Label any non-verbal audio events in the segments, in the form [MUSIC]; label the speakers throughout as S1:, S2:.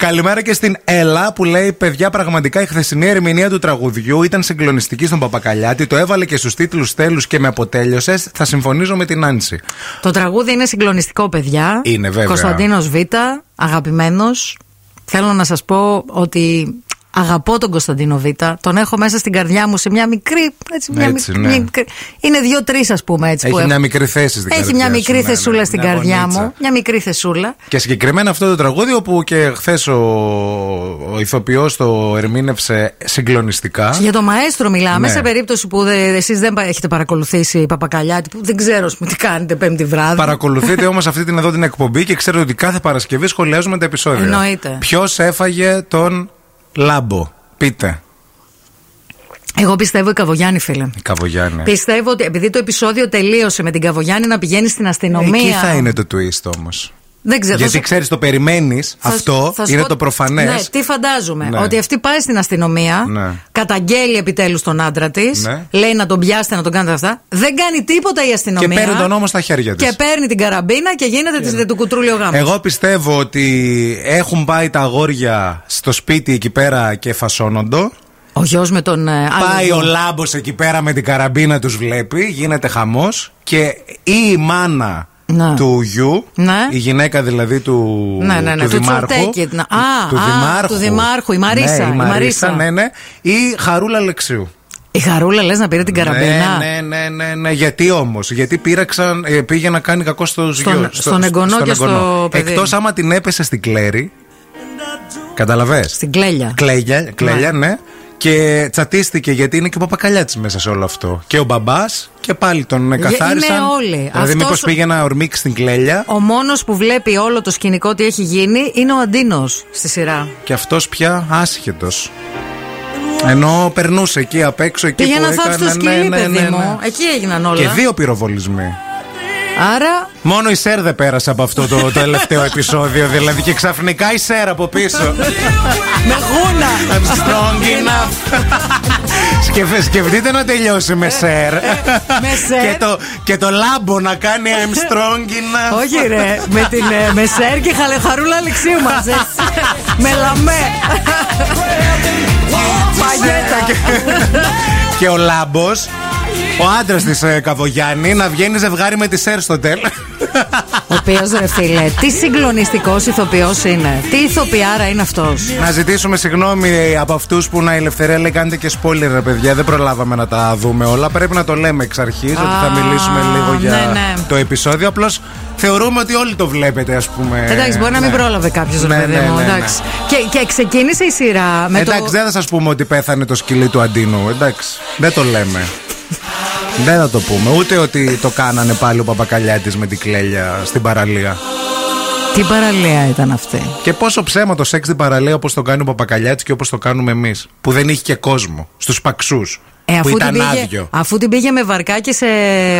S1: Καλημέρα και στην Ελά που λέει: Παιδιά, πραγματικά η χθεσινή ερμηνεία του τραγουδιού ήταν συγκλονιστική στον Παπακαλιάτη. Το έβαλε και στους τίτλους τέλους και με αποτέλειωσες. Θα συμφωνήσω με την Άνση.
S2: Το τραγούδι είναι συγκλονιστικό, παιδιά.
S1: Είναι, βέβαια.
S2: Κωνσταντίνος Β, αγαπημένος. Θέλω να σας πω ότι αγαπώ τον Κωνσταντίνο Β. Τον έχω μέσα στην καρδιά μου σε μια μικρή. Έτσι, μια
S1: Έτσι,
S2: μικ-
S1: ναι.
S2: μικρή- είναι δύο-τρει, ας πούμε. Έτσι, που
S1: Έχει
S2: έχω.
S1: μια μικρή θέση στην
S2: Έχει
S1: καρδιά
S2: μια
S1: σου,
S2: μικρή
S1: ναι, ναι,
S2: θεσούλα στην
S1: μια
S2: καρδιά
S1: γονίτσα.
S2: μου. Μια μικρή θεσούλα.
S1: Και συγκεκριμένα αυτό το τραγούδι όπου και χθες ο, ο ηθοποιός το ερμήνευσε συγκλονιστικά.
S2: Για το μαέστρο μιλάμε,
S1: Ναι.
S2: σε περίπτωση που εσείς δεν πα- έχετε παρακολουθήσει η Παπακαλιάτη, που δεν ξέρω ας πούμε, τι κάνετε Πέμπτη βράδυ.
S1: Παρακολουθείτε όμως αυτή την εδώ την εκπομπή και ξέρετε ότι κάθε Παρασκευή σχολιάζουμε τα επεισόδια.
S2: Εννοείται.
S1: Ποιος έφαγε τον λάμπο. Πείτε.
S2: Εγώ πιστεύω η Καβογιάννη, φίλε.
S1: Καβογιάννη.
S2: Πιστεύω ότι επειδή το επεισόδιο τελείωσε με την Καβογιάννη να πηγαίνει στην αστυνομία.
S1: Εκεί θα είναι το twist όμως.
S2: Δεν ξέρω. θα
S1: Γιατί
S2: σου-
S1: ξέρεις, το περιμένεις
S2: θα σου-
S1: αυτό,
S2: θα σου
S1: είναι
S2: πω-
S1: το προφανές.
S2: Ναι, τι φαντάζομαι.
S1: Ναι.
S2: Ότι αυτή πάει στην αστυνομία,
S1: Ναι.
S2: καταγγέλει επιτέλους τον άντρα της,
S1: Ναι.
S2: λέει να τον πιάσετε, να τον κάνετε αυτά. Δεν κάνει τίποτα η
S1: και
S2: αστυνομία.
S1: παίρνει τον νόμο στα χέρια τη.
S2: Και παίρνει την καραμπίνα και γίνεται της- του κουτρούλιο γάμος.
S1: Εγώ πιστεύω ότι έχουν πάει τα αγόρια στο σπίτι εκεί πέρα και φασώνονται.
S2: Ο γιος με τον. ε, άλλο
S1: Πάει
S2: γιο.
S1: ο λάμπος εκεί πέρα με την καραμπίνα, τους βλέπει, γίνεται χαμός και ή η μάνα
S2: Ναι.
S1: του γιου,
S2: Ναι.
S1: η γυναίκα δηλαδή του,
S2: Ναι, ναι, ναι,
S1: του
S2: του
S1: δημάρχου,
S2: Τσουρτέκη, να- α,
S1: του
S2: α,
S1: δημάρχου,
S2: του δημάρχου, η
S1: ναι,
S2: Μαρίσα, η
S1: η
S2: Μαρίσα.
S1: Μαρίσα, ναι, ναι, ή Χαρούλα Λεξίου.
S2: Η χαρούλα λες να πήρε την καραμπίνα.
S1: Ναι, ναι, ναι, ναι, ναι. Γιατί όμως, γιατί πήραξαν, ε, πήγε να κάνει κακό στους
S2: Στον-
S1: γιους,
S2: στον εγγονό και στο παιδί.
S1: Εκτός άμα την έπεσε στην Κλέρη. Καταλαβες
S2: Στην κλέλια.
S1: Κλέλια, κλέλια ναι. Και τσατίστηκε γιατί είναι και ο Παπακαλιάτης μέσα σε όλο αυτό. Και ο μπαμπάς και πάλι τον ε,
S2: Γε-
S1: καθάρισαν.
S2: είναι όλοι.
S1: Δηλαδή,
S2: Αυτός
S1: μήπως
S2: ο-
S1: πήγε να ορμήξει την κλέλια
S2: Ο μόνος που βλέπει όλο το σκηνικό τι έχει γίνει είναι ο Αντίνος στη σειρά.
S1: και αυτός πια άσχετος. Ενώ περνούσε εκεί απ' έξω, εκεί
S2: Πήγε
S1: που
S2: να
S1: έκανε. Ναι,
S2: θάψει το σκυλί, παιδί μου. Εκεί έγιναν όλα.
S1: Και δύο πυροβολισμοί.
S2: Άρα.
S1: Μόνο η Σέρ δεν πέρασε από αυτό
S2: [LAUGHS]
S1: το, το τελευταίο επεισόδιο, δηλαδή. Και ξαφνικά η Σέρ από
S2: [LAUGHS]
S1: πίσω.
S2: Με γούνα!
S1: I'm strong enough. Σκεφ- σκεφτείτε να τελειώσει με σερ.
S2: Ε, με σερ.
S1: και, το, και το λάμπο να κάνει I'm strong enough.
S2: Όχι ρε, με την ε, Μεσέρ και χαλε- χαρούλα Αλεξίου μαζί. με λαμέ. Παγέτα.
S1: και ο λάμπος, ο άντρας της ε, Καβογιάννη, να βγαίνει ζευγάρι με τη σερ στο τέλο.
S2: Ο οποίος ρε φίλε, τι συγκλονιστικός ηθοποιός είναι. Τι ηθοποιάρα είναι αυτός.
S1: να ζητήσουμε συγγνώμη ε, από αυτούς που να ελευθερία λέει κάντε και spoiler, ρε παιδιά. Δεν προλάβαμε να τα δούμε όλα. Πρέπει να το λέμε εξ αρχής ότι θα
S2: Α,
S1: μιλήσουμε λίγο για
S2: ναι, ναι.
S1: το επεισόδιο. Απλώς θεωρούμε ότι όλοι το βλέπετε, ας πούμε.
S2: Εντάξει, μπορεί να μην
S1: Ναι.
S2: πρόλαβε κάποιος ρε
S1: Ναι,
S2: παιδί
S1: ναι,
S2: μου.
S1: ναι, ναι.
S2: εντάξει. Και, και ξεκίνησε η σειρά με
S1: εντάξει,
S2: το.
S1: δεν θα σας πούμε ότι πέθανε το σκυλί του Αντίνου. Εντάξει, δεν το
S2: [LAUGHS]
S1: λέμε. δεν θα το πούμε. Ούτε ότι το κάνανε πάλι ο Παπακαλιάτης με την κλέλια στην παραλία.
S2: Τι παραλία ήταν αυτή.
S1: Και πόσο ψέμα το σεξ στην παραλία όπως το κάνει ο Παπακαλιάτης και όπως το κάνουμε εμείς. Που δεν είχε και κόσμο. Στους παξούς.
S2: Ε,
S1: που
S2: αφού,
S1: ήταν
S2: την πήγε,
S1: άδειο.
S2: αφού την πήγε με βαρκάκι σε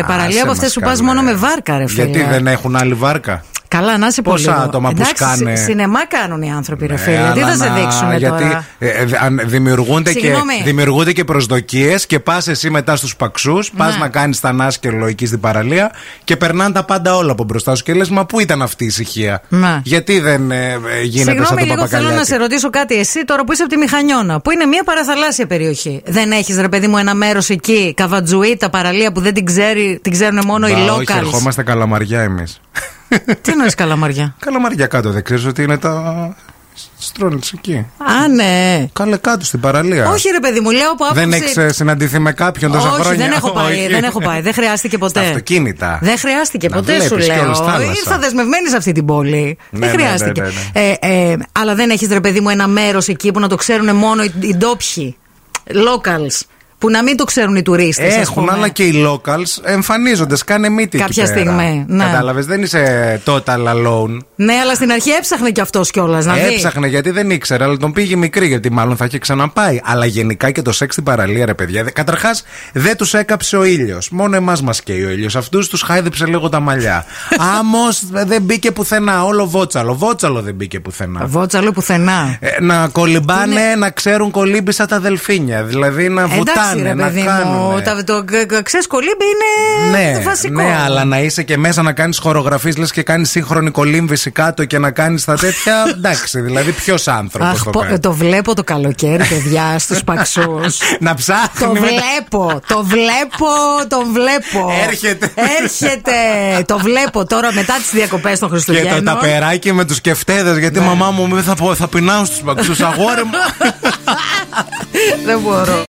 S2: παραλία
S1: Άσε
S2: ε, από αυτέ
S1: μας
S2: που πα
S1: καλά,
S2: μόνο
S1: ε.
S2: με βάρκα, ρε φίλε.
S1: Γιατί δεν έχουν άλλη βάρκα.
S2: Καλά, να είσαι πολύ.
S1: Πόσα άτομα που σκάνε.
S2: Σινεμά κάνουν οι άνθρωποι, ρε
S1: Ναι,
S2: φίλε. Τι
S1: αλλά
S2: θα σε
S1: να-
S2: δείξουν
S1: γιατί,
S2: τώρα.
S1: ε, ε, δ- αν δημιουργούνται, και,
S2: Συγγνώμη.
S1: δημιουργούνται και προσδοκίες και πας εσύ μετά στους παξούς, πας
S2: Ναι.
S1: να κάνεις τα ανάσκελο εκεί στην παραλία και περνάνε τα πάντα όλα από μπροστά σου και λες, μα πού ήταν αυτή η ησυχία.
S2: Ναι.
S1: Γιατί δεν ε, ε, γίνεται
S2: Συγγνώμη
S1: σαν τον
S2: λίγο, θέλω να σε
S1: Παπακαλιάτη.
S2: ρωτήσω κάτι. Εσύ τώρα που είσαι από τη Μηχανιώνα, που είναι μια παραθαλάσσια περιοχή, δεν έχεις ρε παιδί μου ένα μέρος εκεί, καβατζουή, τα παραλία που δεν την, ξέρει, την ξέρουν μόνο οι
S1: Μπα, Όχι,
S2: locals.
S1: ερχόμαστε καλαμαριά εμείς.
S2: Τι νοεί καλαμαριά.
S1: καλαμαριά κάτω, δεν ξέρεις ότι είναι τα. Στρώνε εκεί.
S2: Α, ναι.
S1: Καλέ κάτω στην παραλία.
S2: Όχι, ρε παιδί μου, λέω από άποψη.
S1: Ε. δεν έχει συναντηθεί με κάποιον τόσα
S2: Όχι,
S1: χρόνια.
S2: δεν έχω πάει,
S1: Όχι.
S2: δεν έχω πάει. Δεν χρειάστηκε ποτέ.
S1: Στα αυτοκίνητα.
S2: Δεν χρειάστηκε
S1: Να
S2: ποτέ, σου
S1: βλέπεις
S2: λέω.
S1: κιόλας θάλασσα.
S2: Ήρθα δεσμευμένη σε αυτή την πόλη.
S1: Ναι,
S2: δεν
S1: ναι, ναι,
S2: χρειάστηκε.
S1: ναι,
S2: Ε, ε, αλλά δεν έχεις ρε παιδί μου ένα μέρος εκεί που να το ξέρουν μόνο οι, οι ντόπιοι. Locals. Που να μην το ξέρουν οι τουρίστες.
S1: Έχουν, αλλά και οι locals εμφανίζονται. Σκάνε μύτη
S2: Κάποια
S1: εκεί πέρα.
S2: στιγμή, ναι.
S1: Κατάλαβες, δεν είσαι total alone.
S2: Ναι, αλλά στην αρχή έψαχνε κι αυτός κιόλας να δει.
S1: Έψαχνε γιατί δεν ήξερε, αλλά τον πήγε μικρή, γιατί μάλλον θα είχε ξαναπάει. Αλλά γενικά και το σεξ στην παραλία, ρε παιδιά. Καταρχάς, δεν τους έκαψε ο ήλιος. Μόνο εμάς μας καίει ο ήλιος. Αυτούς τους χάιδεψε λίγο τα
S2: [LAUGHS]
S1: μαλλιά. Άμο δεν μπήκε πουθενά. Όλο βότσαλο. Βότσαλο δεν μπήκε πουθενά.
S2: Βότσαλο πουθενά.
S1: Ε, να κολυμπάνε, να ξέρουν κολύμπησα τα δελφίνια. Δηλαδή να βουτάνε.
S2: Ναι. εντάξει,
S1: κάνουνε, να
S2: ρε παιδί μου.
S1: κάνουνε.
S2: Τα- Το ξεσκολύμπι είναι
S1: Ναι,
S2: το βασικό.
S1: ναι, αλλά να είσαι και μέσα να κάνεις χορογραφίε, λες και κάνεις σύγχρονη κολύμβηση κάτω και να κάνεις τα
S2: [LAUGHS]
S1: τέτοια. εντάξει, δηλαδή ποιος άνθρωπος
S2: Αχ,
S1: το
S2: πω-
S1: κάνει.
S2: το βλέπω το καλοκαίρι, παιδιά, στους παξούς.
S1: Να
S2: Το
S1: ψάχνει. μετά-
S2: βλέπω, το βλέπω, το βλέπω.
S1: Έρχεται.
S2: Έρχεται. το βλέπω τώρα μετά τις διακοπές των
S1: Και το
S2: Χριστουγέννων.
S1: ταπεράκι με τους κεφτέδες, γιατί η μαμά μου θα, πω- θα πεινάω στους παξούς. Αγόρι μου.
S2: Δεν μπορώ.